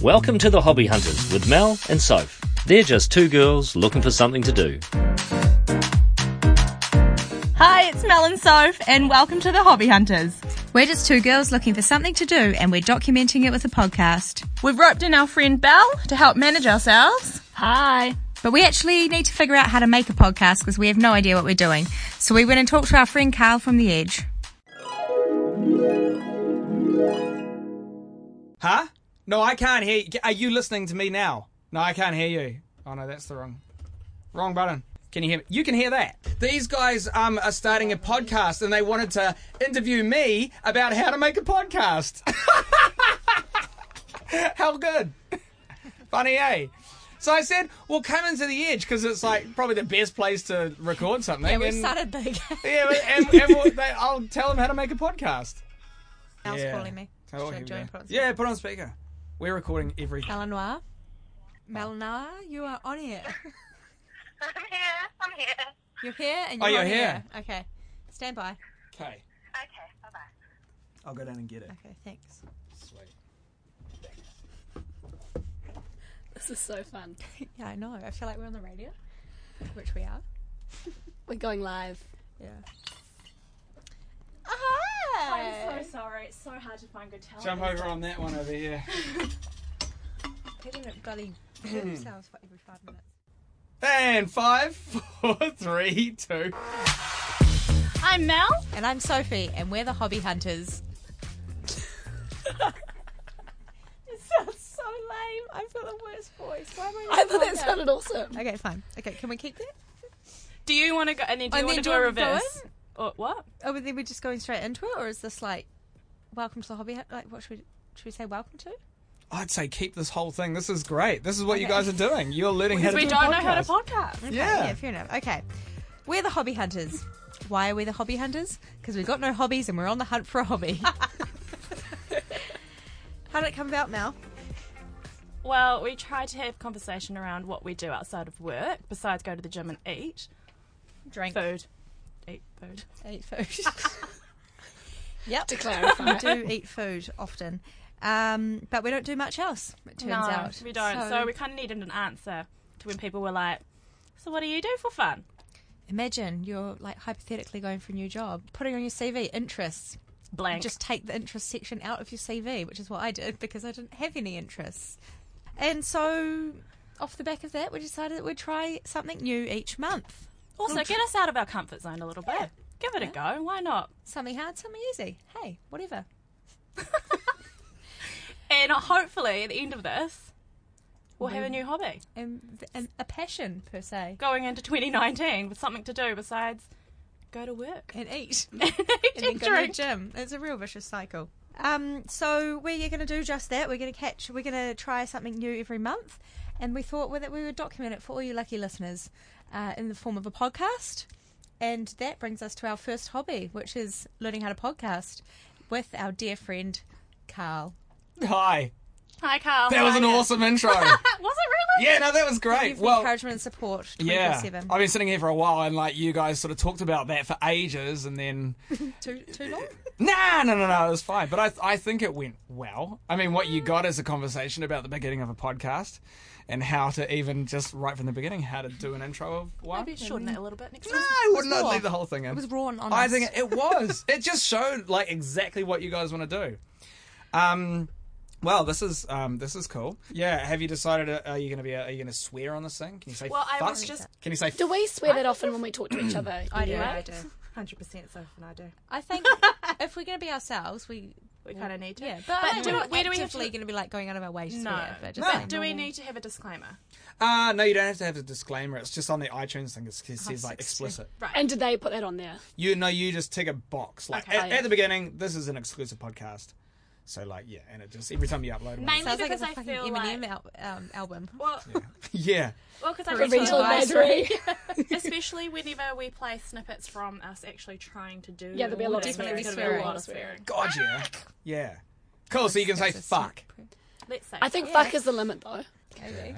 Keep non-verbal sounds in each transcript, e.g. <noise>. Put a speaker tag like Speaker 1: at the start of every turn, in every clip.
Speaker 1: Welcome to The Hobby Hunters with Mel and Soph. They're just two girls looking for something to do.
Speaker 2: Hi, it's Mel and Soph, and welcome to the Hobby Hunters.
Speaker 3: We're just two girls looking for something to do, and we're documenting it with a podcast.
Speaker 2: We've roped in our friend Belle to help manage ourselves.
Speaker 4: Hi.
Speaker 3: But we actually need to figure out how to make a podcast because we have no idea what we're doing. So we went and talked to our friend Carl from The Edge.
Speaker 5: Huh? No, I can't hear you. Are you listening to me now? No, I can't hear you. Oh no, that's the wrong, wrong button. Can you hear me? You can hear that. These guys um, are starting a podcast, and they wanted to interview me about how to make a podcast. <laughs> how good? Funny, eh? So I said, "Well, come into the edge because it's like probably the best place to record something." Yeah,
Speaker 3: <laughs>
Speaker 5: and,
Speaker 3: big.
Speaker 5: yeah, and, and we'll- they, I'll tell them how to make a podcast.
Speaker 3: Al's
Speaker 5: Yeah.
Speaker 3: calling me. Should
Speaker 5: Oh,
Speaker 3: I-
Speaker 5: here
Speaker 3: do you
Speaker 5: we
Speaker 3: want
Speaker 5: go.
Speaker 3: to put on
Speaker 5: yeah, put on speaker. We're recording every.
Speaker 3: Malinois. Malinois, you are on
Speaker 5: <laughs>
Speaker 3: here.
Speaker 6: I'm here. I'm here.
Speaker 3: You're here and
Speaker 5: Oh,
Speaker 3: you're,
Speaker 5: you're
Speaker 3: on
Speaker 5: here.
Speaker 3: air. Okay. Stand by.
Speaker 5: Okay,
Speaker 6: Okay. Bye bye.
Speaker 5: I'll go down and get it.
Speaker 3: Okay, thanks.
Speaker 5: Sweet.
Speaker 4: This is so fun.
Speaker 3: Yeah, I know. I feel like we're on the radio, which we are.
Speaker 4: We're going live.
Speaker 3: Yeah. Hi.
Speaker 4: so sorry. It's so hard to find good talent.
Speaker 5: Jump over on that one over here.
Speaker 3: People don't bloody hurt themselves for every five minutes.
Speaker 5: And five, four, three, two.
Speaker 2: I'm Mel.
Speaker 3: And I'm Sophie, and we're the Hobby Hunters. it sounds so lame. I've got the worst voice. Why am I?
Speaker 4: I thought that sounded awesome.
Speaker 3: Okay, fine. Okay, can we keep that?
Speaker 7: Do you want to go and then do
Speaker 3: And
Speaker 7: you want
Speaker 3: then
Speaker 7: to do
Speaker 3: do
Speaker 7: a
Speaker 3: you wanna go
Speaker 7: reverse? Or what?
Speaker 3: Oh, but then we're just going straight into it, or is this like, welcome to the Hobby? Hunt? Like, what should we? Should we say welcome to?
Speaker 5: I'd say keep this whole thing. This is great. This is what you guys are doing. You're learning how to
Speaker 7: Because we
Speaker 5: do a
Speaker 7: don't know how to
Speaker 5: podcast.
Speaker 7: podcast.
Speaker 5: Yeah.
Speaker 3: Yeah, fair enough. Okay, we're the Hobby Hunters. Why are we the Hobby Hunters? Because we've got no hobbies and we're on the hunt for a <laughs> hobby. How did it come about, Mel?
Speaker 7: Well, we try to have conversation around what we do outside of work, besides go to the gym and eat
Speaker 3: Drink,
Speaker 7: food. Eat food.
Speaker 3: eat food.
Speaker 7: <laughs>
Speaker 3: yep.
Speaker 4: To clarify.
Speaker 3: do eat food often, um, but we don't do much else. It turns
Speaker 7: no,
Speaker 3: out
Speaker 7: we don't. So, we kind of needed an answer to when people were like, so what do you do for fun?
Speaker 3: imagine you're like hypothetically going for a new job, putting on your CV interests.
Speaker 7: Blank.
Speaker 3: Just take the interest section out of your CV, which is what I did because I didn't have any interests. And so, off the back of that, we decided that we'd try something new each month.
Speaker 7: also, get us out of our comfort zone a little bit. Give it a go. Why not?
Speaker 3: Something hard, something easy. Hey, whatever.
Speaker 7: And hopefully, at the end of this, we'll have a new hobby
Speaker 3: And, and a passion per se,
Speaker 7: going into 2019 with something to do besides go to work.
Speaker 3: and eat.
Speaker 7: <laughs> and
Speaker 3: and then go to the
Speaker 7: drink.
Speaker 3: gym. It's a real vicious cycle. Um, so we're going to do just that. We're going to catch. We're going to try something new every month, and we thought well, that we would document it for all you lucky listeners uh, in the form of a podcast. And that brings us to our first hobby, which is learning how to podcast with our dear friend Carl.
Speaker 5: Hi.
Speaker 7: Hi,
Speaker 3: Oh,
Speaker 7: Carl.
Speaker 5: That
Speaker 7: How
Speaker 5: was
Speaker 7: are
Speaker 5: an
Speaker 7: you?
Speaker 3: <laughs>
Speaker 5: awesome intro.
Speaker 7: Was it really?
Speaker 5: yeah, no, that was great.
Speaker 3: Give
Speaker 5: Well,
Speaker 3: encouragement and support. 24/7.
Speaker 5: yeah. I've been sitting here for a while, and like you guys sort of talked about that for ages, and then
Speaker 3: too too long.
Speaker 5: Nah, no, no, no, it was fine. But I, I think it went well. I mean, what you got is a conversation about the beginning of a podcast and how to even just right from the beginning how to do an intro of one.
Speaker 7: Maybe shorten it a little bit next
Speaker 5: No,
Speaker 7: time.
Speaker 5: I would not
Speaker 3: raw.
Speaker 5: leave the whole thing in.
Speaker 3: It was raw and honest.
Speaker 5: I think it,
Speaker 3: <laughs>
Speaker 5: it was. it just showed like exactly what you guys want to do. Um, well, this is um, this is cool. Yeah, have you decided? Uh, are you going to be? uh, Are you going to swear on this thing? Can you say?
Speaker 7: Well, I
Speaker 5: fuck?
Speaker 7: was just-
Speaker 5: Can you say?
Speaker 4: Do we swear that often when we talk to
Speaker 3: <clears throat>
Speaker 4: each other?
Speaker 3: I do.
Speaker 4: Yeah.
Speaker 3: I do.
Speaker 7: 100% Soph and I do.
Speaker 3: I <laughs> think if we're going to be ourselves, we
Speaker 7: We kind of need to.
Speaker 3: Yeah, but,
Speaker 7: But
Speaker 3: we're
Speaker 7: do-
Speaker 3: not
Speaker 7: where do we have
Speaker 3: actively
Speaker 7: to-
Speaker 3: going to be like going out of our way to
Speaker 7: No.
Speaker 3: swear, but just
Speaker 7: But
Speaker 3: like
Speaker 7: do we
Speaker 3: normal-
Speaker 7: need to have a disclaimer?
Speaker 5: Uh, no, you don't have to have a disclaimer. It's just on the iTunes thing. It
Speaker 3: Oh,
Speaker 5: says like explicit.
Speaker 4: And did they put that on there?
Speaker 5: You no, you just tick a box. Like
Speaker 4: Okay.
Speaker 5: at, at the beginning, this is an exclusive podcast. So like yeah, and it just every time you upload, one,
Speaker 7: Mainly
Speaker 3: Sounds like
Speaker 7: because
Speaker 3: it's a
Speaker 7: I
Speaker 3: fucking
Speaker 7: feel
Speaker 3: Eminem
Speaker 7: like.
Speaker 3: al- um, album.
Speaker 7: Well,
Speaker 5: <laughs> yeah,
Speaker 7: well, because I just
Speaker 4: Parental
Speaker 7: feel like,
Speaker 4: advisory.
Speaker 3: <laughs>
Speaker 4: <laughs>
Speaker 7: especially whenever we play snippets from us actually trying to do.
Speaker 4: Yeah, there'll be a lot of
Speaker 7: Definitely gonna
Speaker 4: swearing.
Speaker 7: be
Speaker 3: swearing.
Speaker 7: a lot of swearing.
Speaker 5: God yeah, yeah. Cool. So you can say fuck.
Speaker 7: Let's say.
Speaker 4: I think fuck is the limit though.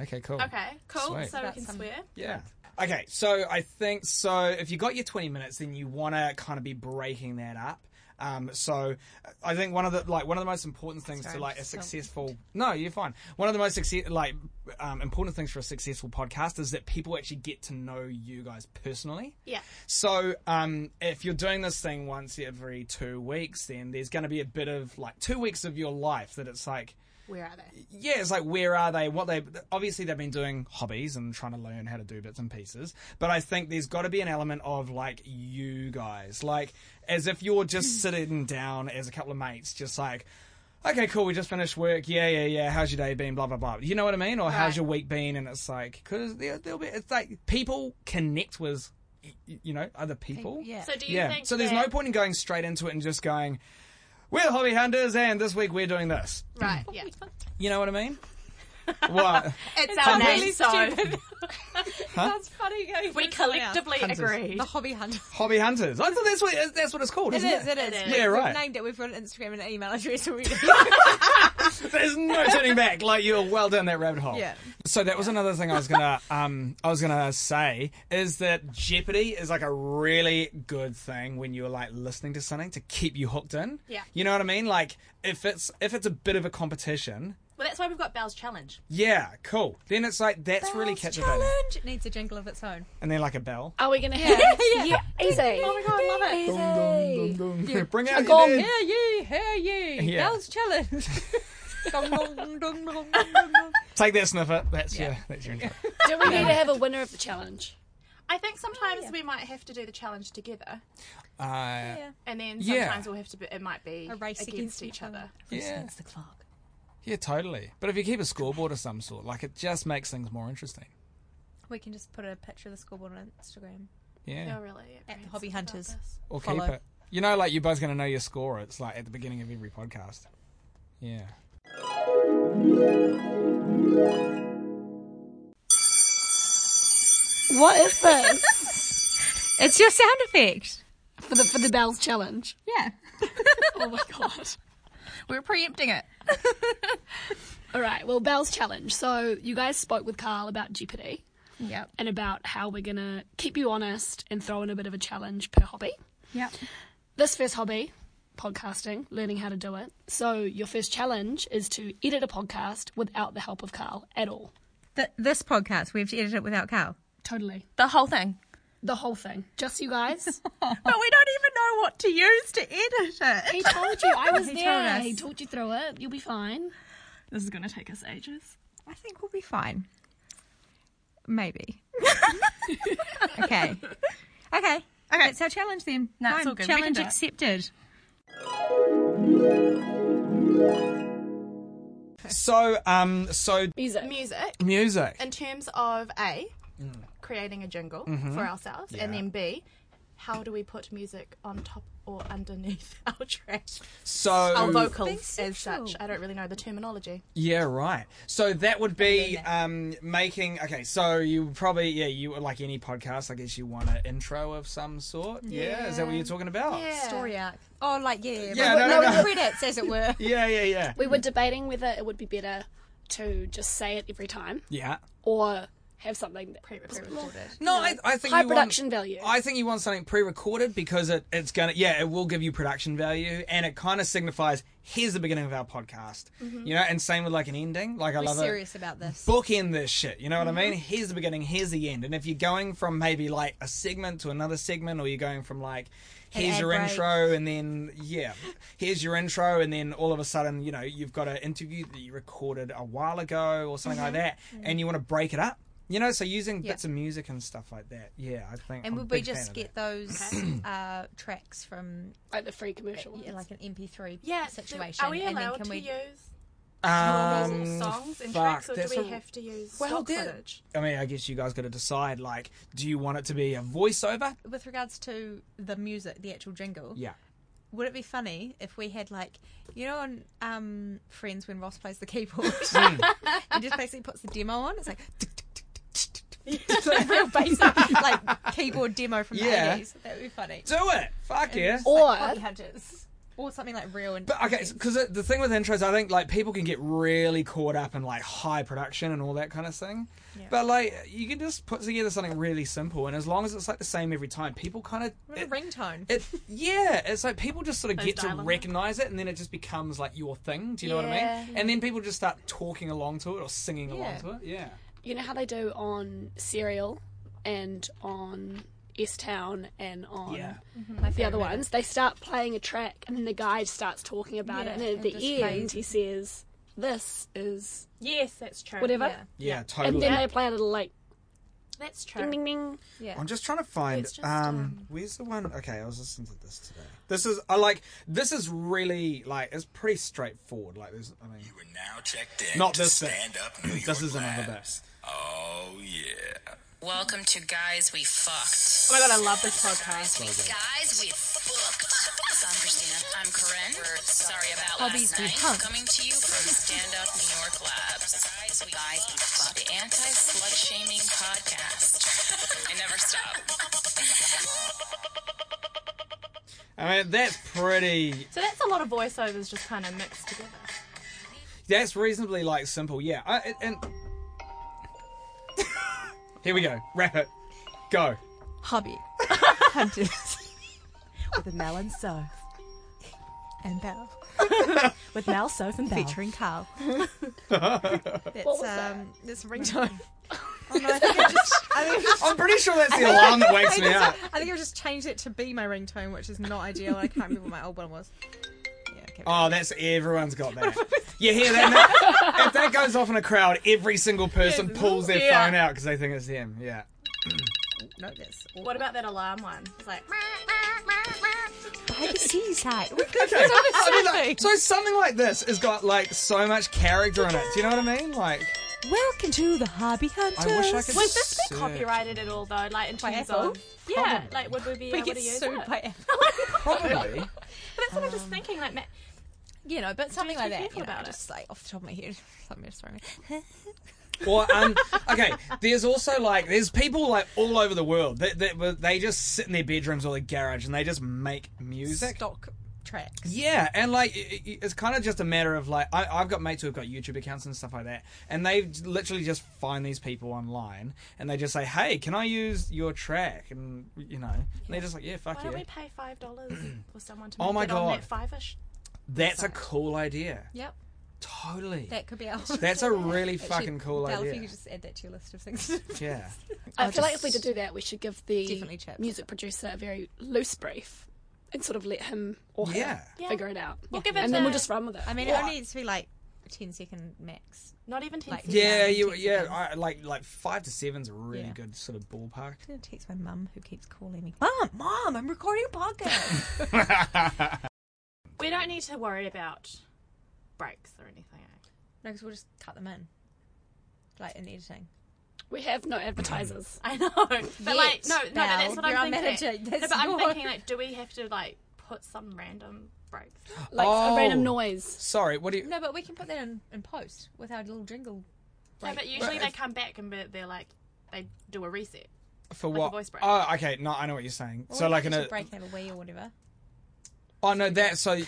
Speaker 5: Okay, cool.
Speaker 7: Okay, cool.
Speaker 5: Sweet.
Speaker 7: So we
Speaker 3: About
Speaker 7: can
Speaker 3: some-
Speaker 7: swear.
Speaker 5: Yeah. Okay, so I think so. If you got your twenty minutes, then you want to kind of be breaking that up. Um, so I think one of the like one of the most important things
Speaker 3: Sorry,
Speaker 5: to
Speaker 3: I'm
Speaker 5: like a
Speaker 3: just so-
Speaker 5: successful no, you're fine. One of the most success like um, important things for a successful podcast is that people actually get to know you guys personally.
Speaker 4: Yeah.
Speaker 5: So, um, if you're doing this thing once every two weeks, then there's going to be a bit of like two weeks of your life that it's like,
Speaker 4: Where are they?
Speaker 5: yeah, it's like where are they? What they obviously they've been doing hobbies and trying to learn how to do bits and pieces, but I think there's got to be an element of like you guys, like as if you're just sitting down as a couple of mates, just like. Okay, cool. We just finished work. Yeah, yeah, yeah. How's your day been? Blah blah blah. You know what I mean? Or how's your week been? And it's like because there, there'll be. It's like people connect with, y- y- you know, other people.
Speaker 3: Yeah.
Speaker 7: So do you
Speaker 5: Yeah.
Speaker 7: think
Speaker 5: So there's
Speaker 7: that-
Speaker 5: no point in going straight into it and just going, "We're hobby hunters, and this week we're doing this."
Speaker 4: Right, yeah.
Speaker 5: You know what I mean? <laughs> what?
Speaker 4: It's our name,
Speaker 7: really
Speaker 4: so
Speaker 7: stupid.
Speaker 3: <laughs> That's funny. Going
Speaker 7: we collectively
Speaker 5: Hunters.
Speaker 7: agreed.
Speaker 3: The hobby hunter.
Speaker 5: Hobby hunters. I thought that's what that's what it's called.
Speaker 3: It
Speaker 5: Isn't
Speaker 3: is,
Speaker 5: it?
Speaker 3: it is.
Speaker 7: is.
Speaker 5: Yeah, right.
Speaker 3: We've named it. We've got an Instagram and an email address.
Speaker 5: <laughs>
Speaker 3: So we
Speaker 5: There's no turning back. Like you're well down that rabbit hole.
Speaker 3: Yeah.
Speaker 5: So that was another thing I was gonna um I was gonna say is that Jeopardy is like a really good thing when you're like listening to something to keep you hooked in.
Speaker 4: Yeah.
Speaker 5: You know what I mean? Like if it's if it's a bit of a competition.
Speaker 7: Well, that's why we've got Bell's challenge.
Speaker 5: Yeah, cool. Then it's like that's really catching.
Speaker 3: challenge. It needs a jingle of its own.
Speaker 5: And then like a bell.
Speaker 4: Are we going to have. <laughs> yeah, easy. Oh my god,
Speaker 3: I love it.
Speaker 5: <laughs> Bring out
Speaker 4: gong.
Speaker 5: your dead.
Speaker 3: Hear ye, hear ye.
Speaker 5: Yeah.
Speaker 3: Bell's
Speaker 5: <laughs>
Speaker 3: challenge. Dong, dong, dong, dong, dong, dong, dong.
Speaker 5: Take that sniffer. That's your that's your intro.
Speaker 4: Do we need to have a winner of the challenge?
Speaker 7: I think sometimes we might have to do the challenge together,
Speaker 5: Uh, yeah.
Speaker 7: and then
Speaker 5: Yeah.
Speaker 7: sometimes we'll have to. Be, it might be
Speaker 3: A race against
Speaker 7: against,
Speaker 3: each
Speaker 7: each other.
Speaker 5: yeah.
Speaker 3: the clock.
Speaker 5: totally. But if you keep a scoreboard of some sort, like it just makes things more interesting.
Speaker 3: We can just put a picture of the scoreboard on Instagram.
Speaker 5: Yeah.
Speaker 7: Oh, really? It
Speaker 3: At the
Speaker 7: brings
Speaker 3: Hobby
Speaker 7: about
Speaker 3: Hunters.
Speaker 7: this.
Speaker 5: Or
Speaker 3: Follow.
Speaker 5: keep it. You know, like you're both going to know your score. It's like at the beginning of every podcast. Yeah.
Speaker 4: What is this?
Speaker 3: It's your sound effect.
Speaker 4: <laughs> for, the, for the Bell's challenge.
Speaker 3: Yeah.
Speaker 4: Oh my god.
Speaker 2: We're preempting it.
Speaker 4: <laughs> All right, well, Bell's challenge. So you guys spoke with Carl about Jeopardy
Speaker 2: Yep.
Speaker 4: and about how we're going to keep you honest and throw in a bit of a challenge per hobby.
Speaker 2: Yep.
Speaker 4: This first hobby, podcasting, learning how to do it. So your first challenge is to edit a podcast without the help of Carl at all.
Speaker 3: Th- this podcast, we have to edit it without Carl.
Speaker 4: Totally.
Speaker 2: The whole thing.
Speaker 4: The whole thing. Just
Speaker 3: <laughs>
Speaker 4: you guys.
Speaker 2: But we don't even know what to use to edit it.
Speaker 4: he told you
Speaker 3: <laughs>
Speaker 4: I was
Speaker 3: He told
Speaker 4: there.
Speaker 3: us.
Speaker 4: He talked you through it. You'll be fine.
Speaker 7: This is going to take us ages.
Speaker 3: I think we'll be fine. <laughs> Maybe. okay. Okay. Okay. It's our challenge then.
Speaker 2: No, it's
Speaker 3: Fine.
Speaker 2: all good. We can
Speaker 3: Challenge
Speaker 2: do it.
Speaker 3: accepted.
Speaker 5: So, um, so
Speaker 4: Music.
Speaker 7: Music.
Speaker 5: music.
Speaker 7: in terms of A,
Speaker 5: Mm.
Speaker 7: creating a jingle
Speaker 5: Mm-hmm.
Speaker 7: for ourselves, and then B, how do we put music on top or underneath <laughs> our tracks?
Speaker 5: So,
Speaker 7: Our vocals, as
Speaker 3: Bisexual.
Speaker 7: such. I don't really know the terminology.
Speaker 5: Yeah, right. So that would be um, making. Okay, so you probably yeah you like any podcast. I guess you want an intro of some sort. Yeah, is that what you're talking about?
Speaker 3: Story arc. Oh, like, yeah.
Speaker 5: Yeah,
Speaker 3: Like,
Speaker 5: no, no,
Speaker 3: like
Speaker 5: no.
Speaker 3: Credits, as it
Speaker 5: <laughs>
Speaker 3: were.
Speaker 5: Yeah, yeah, yeah.
Speaker 4: We were debating whether it would be better to just say it every time
Speaker 5: Yeah.
Speaker 4: or have something that
Speaker 7: Pre-recorded.
Speaker 5: No, I, I think
Speaker 4: high
Speaker 5: you
Speaker 4: production
Speaker 5: want,
Speaker 4: value.
Speaker 5: I think you want something pre-recorded because it, it's gonna yeah it will give you production value and it kind of signifies here's the beginning of our podcast. You know, and same with like an ending. Like I
Speaker 3: We're
Speaker 5: love it.
Speaker 3: serious about this.
Speaker 5: bookend this shit. You know what I mean?
Speaker 7: Mm-hmm.
Speaker 5: Here's the beginning, here's the end. And if you're going from maybe like a segment to another segment, or you're going from like, here's
Speaker 3: ad
Speaker 5: your
Speaker 3: break.
Speaker 5: intro, and then, yeah, here's your intro, and then all of a sudden, you know, you've got an interview that you recorded a while ago or something
Speaker 7: Mm-hmm.
Speaker 5: like that, and you want to break it up. You know, so using bits of music and stuff like that. Yeah, I think.
Speaker 3: And
Speaker 5: I'm a
Speaker 3: would we
Speaker 5: big fan
Speaker 3: just
Speaker 5: of
Speaker 3: get
Speaker 5: that.
Speaker 3: those uh, tracks from
Speaker 4: like the free commercial ones.
Speaker 3: yeah, like an MP3
Speaker 7: Yeah, so
Speaker 3: situation?
Speaker 7: are we
Speaker 3: and
Speaker 7: allowed
Speaker 3: then can
Speaker 7: to
Speaker 3: we...
Speaker 7: use
Speaker 5: um,
Speaker 7: songs and
Speaker 5: fuck,
Speaker 7: tracks, or do
Speaker 5: that's
Speaker 7: we
Speaker 5: a-
Speaker 7: have to use
Speaker 5: Well,
Speaker 7: stock
Speaker 5: there-
Speaker 7: footage?
Speaker 5: I mean, I guess you guys got to decide. Like, do you want it to be a voiceover?
Speaker 3: With regards to the music, the actual jingle,
Speaker 7: <laughs>
Speaker 5: Yeah.
Speaker 3: would it be funny if we had like you know on um, Friends when Ross plays the
Speaker 5: <laughs>
Speaker 3: keyboard
Speaker 5: Hmm.
Speaker 3: and just basically puts the demo on? It's like <laughs> It's like real basic like keyboard demo from
Speaker 5: Yeah.
Speaker 3: the 80s. That would be funny.
Speaker 5: Do it. Fuck yeah.
Speaker 4: or
Speaker 3: Hobby hunters. or something like real and
Speaker 5: But okay, because the thing with intros, I think like people can get really caught up in like high production and all that kind of thing. But like you can just put together something really simple, and as long as it's like the same every time, people kind of
Speaker 3: What a ringtone.
Speaker 5: It, yeah, it's like people just sort of
Speaker 7: Those
Speaker 5: get to
Speaker 7: dial-up.
Speaker 5: recognize it, and then it just becomes like your thing. Do you know what I
Speaker 7: Yeah.
Speaker 5: mean? And then people just start talking along to it or singing along
Speaker 3: Yeah.
Speaker 5: to it. Yeah.
Speaker 4: You know how they do on Serial and on S Town and on
Speaker 5: Yeah.
Speaker 4: the other ones? They start playing a track and then the guy starts talking about
Speaker 3: Yeah,
Speaker 4: it, and then at
Speaker 3: and
Speaker 4: the
Speaker 3: just
Speaker 4: end
Speaker 3: plays.
Speaker 4: he says, "This is
Speaker 7: Yes, that's true.
Speaker 4: Whatever.
Speaker 7: Yeah,
Speaker 5: Yeah,
Speaker 4: And
Speaker 5: totally.
Speaker 4: then they play a little like
Speaker 7: that's true.
Speaker 4: ding ding ding.
Speaker 3: Yeah.
Speaker 5: I'm just trying to find.
Speaker 7: It's just,
Speaker 5: um,
Speaker 7: um,
Speaker 5: where's the one? Okay, I was listening to this today. This is I like. This is really like it's pretty straightforward. Like there's, I mean,
Speaker 8: We're now checked in.
Speaker 5: Not
Speaker 8: to
Speaker 5: this bit.
Speaker 8: stand up. New York
Speaker 5: this is another
Speaker 8: Labs.
Speaker 5: bit.
Speaker 8: Oh yeah.
Speaker 9: Welcome to Guys We Fucked.
Speaker 7: Oh my god, I love this podcast.
Speaker 9: Guys We Fucked. I'm Christina. I'm Corinne. We're sorry about
Speaker 3: Hobbies
Speaker 9: last
Speaker 3: We
Speaker 9: night.
Speaker 3: Fucked.
Speaker 9: Coming to you from Stand Up New York Labs. Guys We, guys we Fucked. The anti-slut shaming podcast. I never stop.
Speaker 5: I mean, that's pretty.
Speaker 7: So that's a lot of voiceovers just kind of mixed together.
Speaker 5: That's reasonably like simple. Yeah. I, it- and <laughs> here we go. Wrap it. Go. <laughs>
Speaker 3: Hobby. Hunters.
Speaker 10: with Mel and Soph.
Speaker 3: and Belle.
Speaker 10: With Mel, Soph, and Belle.
Speaker 3: Featuring Carl.
Speaker 5: <laughs>
Speaker 3: that's
Speaker 4: was that?
Speaker 3: um that's a ringtone. oh no, I think I <laughs> just I think I just
Speaker 5: I'm pretty sure that's the alarm that wakes
Speaker 3: I
Speaker 5: me
Speaker 3: think
Speaker 5: up.
Speaker 3: I think I've just changed it to be my ringtone, which is not ideal. I can't remember what my old one was. Yeah, okay.
Speaker 5: Oh, that's everyone's got that. You hear that? Now? if that goes off in a crowd, every single person pulls their
Speaker 7: Yeah.
Speaker 5: phone out because they think it's them. Yeah.
Speaker 3: no, that's
Speaker 7: What about that alarm one? It's like,
Speaker 5: Okay. I mean, like, so something like this has got like so much character in it. Do you know what I mean? Like,
Speaker 10: Welcome to the Hobby Hunters.
Speaker 5: I wish I could.
Speaker 7: would this be
Speaker 5: search.
Speaker 7: copyrighted at all though? Like in terms
Speaker 3: Apple?
Speaker 7: of, yeah, like would we be
Speaker 3: we
Speaker 7: able
Speaker 3: get
Speaker 7: to use
Speaker 3: sued
Speaker 7: it? Oh.
Speaker 3: by Apple.
Speaker 5: Probably.
Speaker 7: But that's what I'm just thinking. Like, ma-
Speaker 3: You know, but something
Speaker 7: have to
Speaker 3: like
Speaker 7: be
Speaker 3: that.
Speaker 7: careful
Speaker 3: You know,
Speaker 7: about it.
Speaker 3: just like off the top of my head, something just throwing.
Speaker 5: Or um, okay. There's also like there's people like all over the world that, that they just sit in their bedrooms or their garage and they just make music.
Speaker 3: Stock tracks.
Speaker 5: Yeah, and like it, it- it's kind of just a matter of like I, I've got mates who've got YouTube accounts and stuff like that, and they literally just find these people online and they just say, "Hey, can I use your track?" And you know, and they're just like, "Yeah, fuck
Speaker 7: why
Speaker 5: yeah."
Speaker 7: don't we pay five dollars for someone to
Speaker 5: Oh
Speaker 7: make
Speaker 5: my
Speaker 7: it on
Speaker 5: God.
Speaker 7: that five-ish?
Speaker 5: That's a cool idea.
Speaker 3: Yep,
Speaker 5: Totally.
Speaker 3: that could be our.
Speaker 5: That's a really
Speaker 3: Actually,
Speaker 5: fucking cool
Speaker 3: Dale,
Speaker 5: idea.
Speaker 3: If you could just add that to your list of things. <laughs>
Speaker 5: Yeah.
Speaker 4: I feel like if we did do that, we should give
Speaker 3: Definitely
Speaker 4: the
Speaker 3: chips.
Speaker 4: music producer a very loose brief and sort of let him or her
Speaker 5: Yeah.
Speaker 4: figure it out.
Speaker 7: We'll give it
Speaker 4: and then
Speaker 7: a-
Speaker 4: we'll just run with it.
Speaker 3: I mean, it only needs to be like a 10 second max.
Speaker 7: Not even ten.
Speaker 3: Like-
Speaker 7: seconds.
Speaker 5: Yeah, you
Speaker 3: takes
Speaker 5: yeah,
Speaker 3: time.
Speaker 5: I, like like five to seven's a really
Speaker 3: Yeah.
Speaker 5: good sort of ballpark.
Speaker 3: I'm gonna text my mum who keeps calling me. Mum, mum, I'm recording a podcast.
Speaker 5: <laughs>
Speaker 7: We don't need to worry about breaks or anything. <laughs> eh?
Speaker 3: no, because we'll just cut them in, like in editing.
Speaker 4: we have
Speaker 5: <clears throat>
Speaker 4: no advertisers.
Speaker 7: I know, but like, no, no, but that's what
Speaker 3: You're our
Speaker 7: I'm thinking.
Speaker 3: manager,
Speaker 7: No,
Speaker 3: that's
Speaker 7: but I'm
Speaker 3: your-
Speaker 7: thinking like, do we have to like put some random breaks?
Speaker 4: Like
Speaker 5: Oh.
Speaker 4: a random noise.
Speaker 5: Sorry, what do you?
Speaker 3: No, but we can put that in, in post with our little jingle.
Speaker 7: No,
Speaker 3: Right.
Speaker 7: but usually they come back and be- they're like, they do a reset.
Speaker 5: For
Speaker 7: a
Speaker 5: what?
Speaker 7: voice break.
Speaker 5: Oh, okay. No, I know what you're saying.
Speaker 3: Or
Speaker 5: so
Speaker 3: we
Speaker 5: like
Speaker 3: can
Speaker 5: in a
Speaker 3: just break out a wee or whatever.
Speaker 5: oh no that so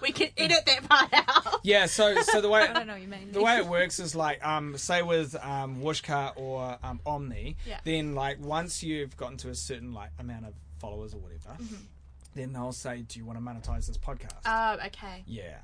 Speaker 7: We <laughs> can edit that part out.
Speaker 5: yeah so so the way
Speaker 3: <laughs> I don't know what you mean.
Speaker 5: the way it works is like um say with um Wooshka or um Omni,
Speaker 7: Yeah.
Speaker 5: then like once you've gotten to a certain like amount of followers or whatever, then they'll say, "Do you want to monetize this podcast?"
Speaker 7: Oh, okay.
Speaker 5: yeah.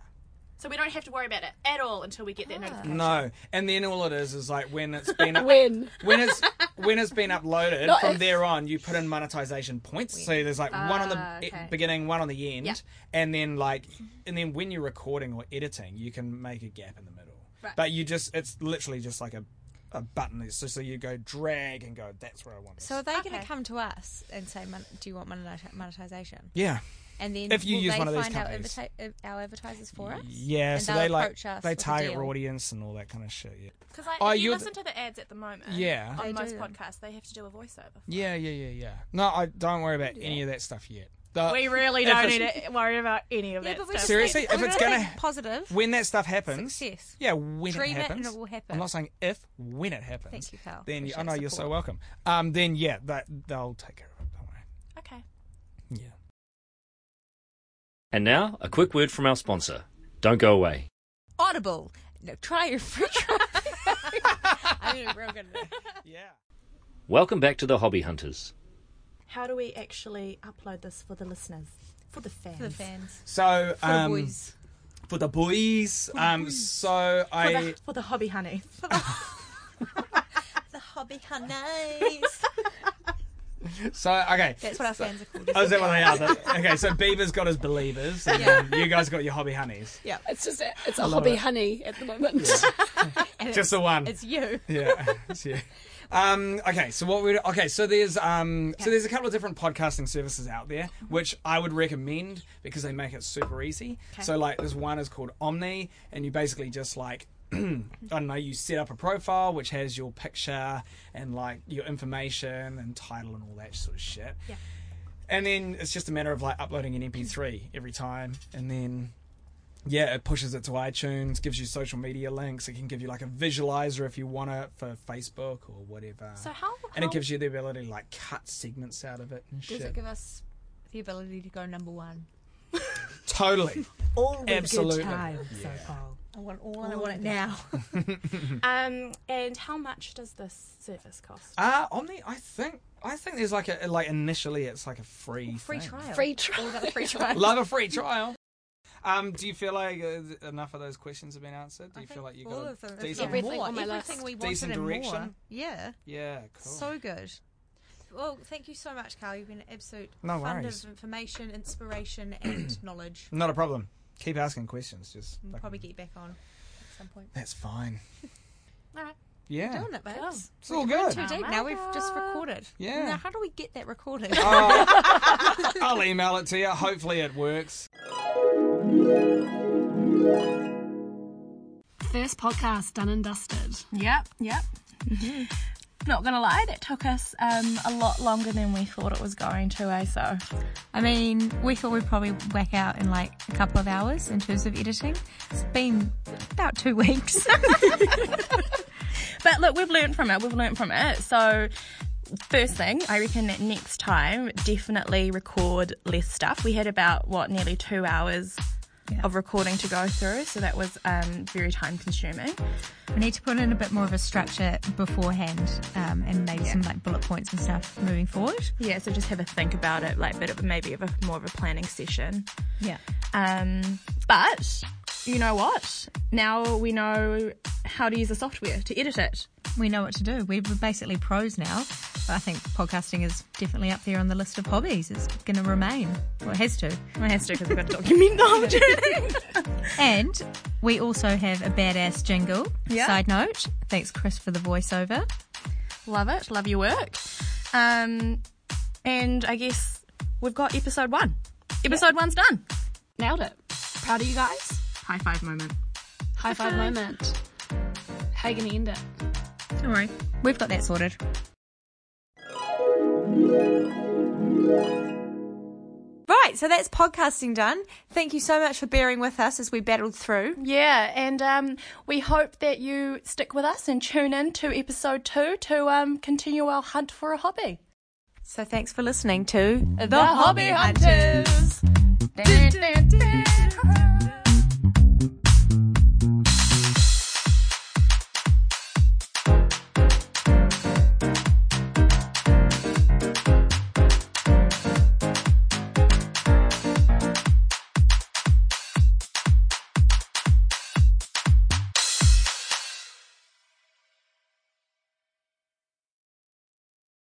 Speaker 7: So we don't have to worry about it at all until we get
Speaker 3: Ah.
Speaker 7: that notification.
Speaker 5: No, and then all it is is like when it's been
Speaker 4: When?
Speaker 5: when it's when it's been uploaded
Speaker 4: No,
Speaker 5: from
Speaker 4: if-
Speaker 5: there on you put in monetization points so there's like one on the
Speaker 7: Ah,
Speaker 5: e-
Speaker 7: okay.
Speaker 5: beginning one on the end
Speaker 7: Yeah.
Speaker 5: and then like and then when you're recording or editing you can make a gap in the middle
Speaker 7: Right.
Speaker 5: but you just it's literally just like a a button so so you go drag and go that's where i want this.
Speaker 3: So are they going
Speaker 7: Okay.
Speaker 3: to come to us and say, "Mon- "Do you want moneti- monetization?"
Speaker 5: yeah
Speaker 3: And then
Speaker 5: If you
Speaker 3: will
Speaker 5: use
Speaker 3: they
Speaker 5: one of these
Speaker 3: find
Speaker 5: companies.
Speaker 3: Our, adverti- uh, our advertisers for us.
Speaker 5: yeah
Speaker 3: And
Speaker 5: so
Speaker 3: they'll
Speaker 5: they like
Speaker 3: approach us
Speaker 5: they
Speaker 3: with a
Speaker 5: target
Speaker 3: deal.
Speaker 5: our audience and all that kind of shit yeah
Speaker 7: Because like,
Speaker 5: Oh,
Speaker 7: if you
Speaker 5: you're the-
Speaker 7: listen to the ads at the moment,
Speaker 5: Yeah.
Speaker 7: on
Speaker 3: They do
Speaker 7: most
Speaker 3: them.
Speaker 7: podcasts, they have to do a voiceover.
Speaker 5: yeah yeah yeah yeah no i don't worry about any of that stuff yet The-
Speaker 7: We really
Speaker 5: <laughs> if
Speaker 7: don't
Speaker 5: it's-
Speaker 7: need to worry about any of
Speaker 3: Yeah,
Speaker 7: that
Speaker 3: but we
Speaker 7: stuff.
Speaker 3: just
Speaker 5: Seriously?
Speaker 3: think-
Speaker 5: If
Speaker 3: we're
Speaker 5: it's
Speaker 3: gonna
Speaker 5: gonna-
Speaker 3: think positive.
Speaker 5: when that stuff happens,
Speaker 3: Success.
Speaker 5: yeah, when
Speaker 3: Dream it
Speaker 5: it
Speaker 3: and
Speaker 5: happens,
Speaker 3: it will happen.
Speaker 5: I'm not saying if, when it happens.
Speaker 3: Thank you, pal.
Speaker 5: Then you,
Speaker 3: Appreciate
Speaker 5: oh no, you're so
Speaker 3: support.
Speaker 5: welcome. Um, then yeah, that they'll take care of it. Don't worry.
Speaker 7: Okay.
Speaker 5: Yeah.
Speaker 1: And now, a quick word from our sponsor. Don't go away.
Speaker 3: Audible. No, try your <laughs> free trial. I did a real good there.
Speaker 5: <laughs>
Speaker 1: Welcome back to the Hobby Hunters.
Speaker 11: How do we actually upload this for the listeners? For the fans.
Speaker 3: For the fans.
Speaker 5: So
Speaker 3: For the
Speaker 5: um,
Speaker 3: boys.
Speaker 5: for the boys. Um, so
Speaker 11: For,
Speaker 5: I
Speaker 11: the, for the hobby
Speaker 3: <laughs>
Speaker 11: honey.
Speaker 5: <laughs>
Speaker 3: The hobby honeys.
Speaker 5: so okay.
Speaker 3: That's what our fans are called.
Speaker 5: Oh, is that what they are?
Speaker 3: <laughs>
Speaker 5: The- okay, so Beaver's got his believers, and then you guys got your hobby honeys.
Speaker 4: It's just a, it's a hobby honey at the moment.
Speaker 3: And
Speaker 5: <laughs> Just
Speaker 3: it's,
Speaker 5: the one.
Speaker 3: it's you.
Speaker 5: yeah, <laughs> it's you. Um, okay, so what we okay, so there's um, so there's a couple of different podcasting services out there which I would recommend because they make it super easy. So like this one is called Omni, and you basically just like. <clears throat> I don't know. You set up a profile which has your picture and like your information and title and all that sort of shit. Yeah. And then it's just a matter of like uploading an MP3 every time, and then yeah, it pushes it to iTunes, gives you social media links. It can give you like a visualizer if you want it for Facebook or whatever.
Speaker 11: So how-
Speaker 5: And
Speaker 11: how-
Speaker 5: it gives you the ability to like cut segments out of it and
Speaker 3: Does it
Speaker 5: shit.
Speaker 3: give us the ability to go number one?
Speaker 5: <laughs> totally.
Speaker 10: All with
Speaker 5: Absolutely.
Speaker 10: good time, so Paul.
Speaker 3: I want all and I want it now.
Speaker 11: um, and how much does this service cost?
Speaker 5: Uh Omni, I think I think there's like a like initially it's like a free
Speaker 3: Free
Speaker 5: thing.
Speaker 3: trial.
Speaker 4: Free trial.
Speaker 3: All about the free trial.
Speaker 5: <laughs> Love
Speaker 3: <laughs>
Speaker 5: a free trial. Um, do you feel like uh, th- enough of those questions have been answered? Do you
Speaker 3: I
Speaker 5: feel
Speaker 3: think
Speaker 5: like you
Speaker 3: all
Speaker 5: got
Speaker 3: of them,
Speaker 5: a
Speaker 3: if
Speaker 5: decent?
Speaker 3: not
Speaker 4: Everything
Speaker 3: more,
Speaker 4: on my
Speaker 3: everything
Speaker 4: list.
Speaker 3: we wanted
Speaker 5: Decent
Speaker 3: and more.
Speaker 5: direction. Oh.
Speaker 3: Yeah,
Speaker 5: Yeah, cool.
Speaker 3: so good. Well, thank you so much, Carl. You've been an absolute
Speaker 5: No
Speaker 3: fund
Speaker 5: worries.
Speaker 3: of information,
Speaker 5: <clears throat>
Speaker 3: inspiration, and knowledge.
Speaker 5: Not a problem. Keep asking questions. Just
Speaker 3: We'll
Speaker 5: fucking-
Speaker 3: probably get you back on at some point.
Speaker 5: That's
Speaker 3: <laughs>
Speaker 5: fine.
Speaker 11: All right.
Speaker 5: Yeah.
Speaker 3: Doing it, babes.
Speaker 5: It's all good.
Speaker 3: Too deep. Now we've just recorded.
Speaker 5: Yeah.
Speaker 3: Now, how do we get that recorded?
Speaker 5: Uh, <laughs> I'll email it to you. Hopefully it works.
Speaker 4: <laughs> First podcast done and dusted.
Speaker 7: Yep, yep.
Speaker 2: Mm-hmm.
Speaker 7: Not gonna lie, that took us um, a lot longer than we thought it was going to, eh? So,
Speaker 2: I mean, we thought we'd probably whack out in like a couple of hours in terms of editing. It's been about two <laughs> weeks.
Speaker 7: but look, we've learned from it. We've learned from it. So, first thing, I reckon that next time, definitely record less stuff. We had about what nearly two hours of recording to go through, so that was um, very time consuming.
Speaker 2: we need to put in a bit more of a structure beforehand um, and maybe some like bullet points and stuff moving forward.
Speaker 7: Yeah, so just have a think about it, like a bit of maybe of a, more of a planning session.
Speaker 2: Yeah.
Speaker 7: Um, but you know what? Now we know how to use the software to edit it.
Speaker 2: We know what to do. We're basically pros now. But I think podcasting is definitely up there on the list of hobbies. It's going to remain. Well, it has to.
Speaker 7: Well, it has to because we've got to document the whole journey.
Speaker 2: And we also have a badass jingle.
Speaker 7: Yeah.
Speaker 2: Side note, thanks Chris for the voiceover.
Speaker 7: love it. Love your work. Um, and I guess we've got episode one. Episode one's done.
Speaker 4: Nailed it. Proud of you guys.
Speaker 7: High five moment.
Speaker 4: High five moment. How you gonna end it?
Speaker 2: Don't worry, we've got that sorted.
Speaker 3: <laughs> right, so that's podcasting done. Thank you so much for bearing with us as we battled through.
Speaker 7: Yeah, and um, we hope that you stick with us and tune in to episode two to um, continue our hunt for a hobby.
Speaker 3: So thanks for listening to The,
Speaker 7: Hunters.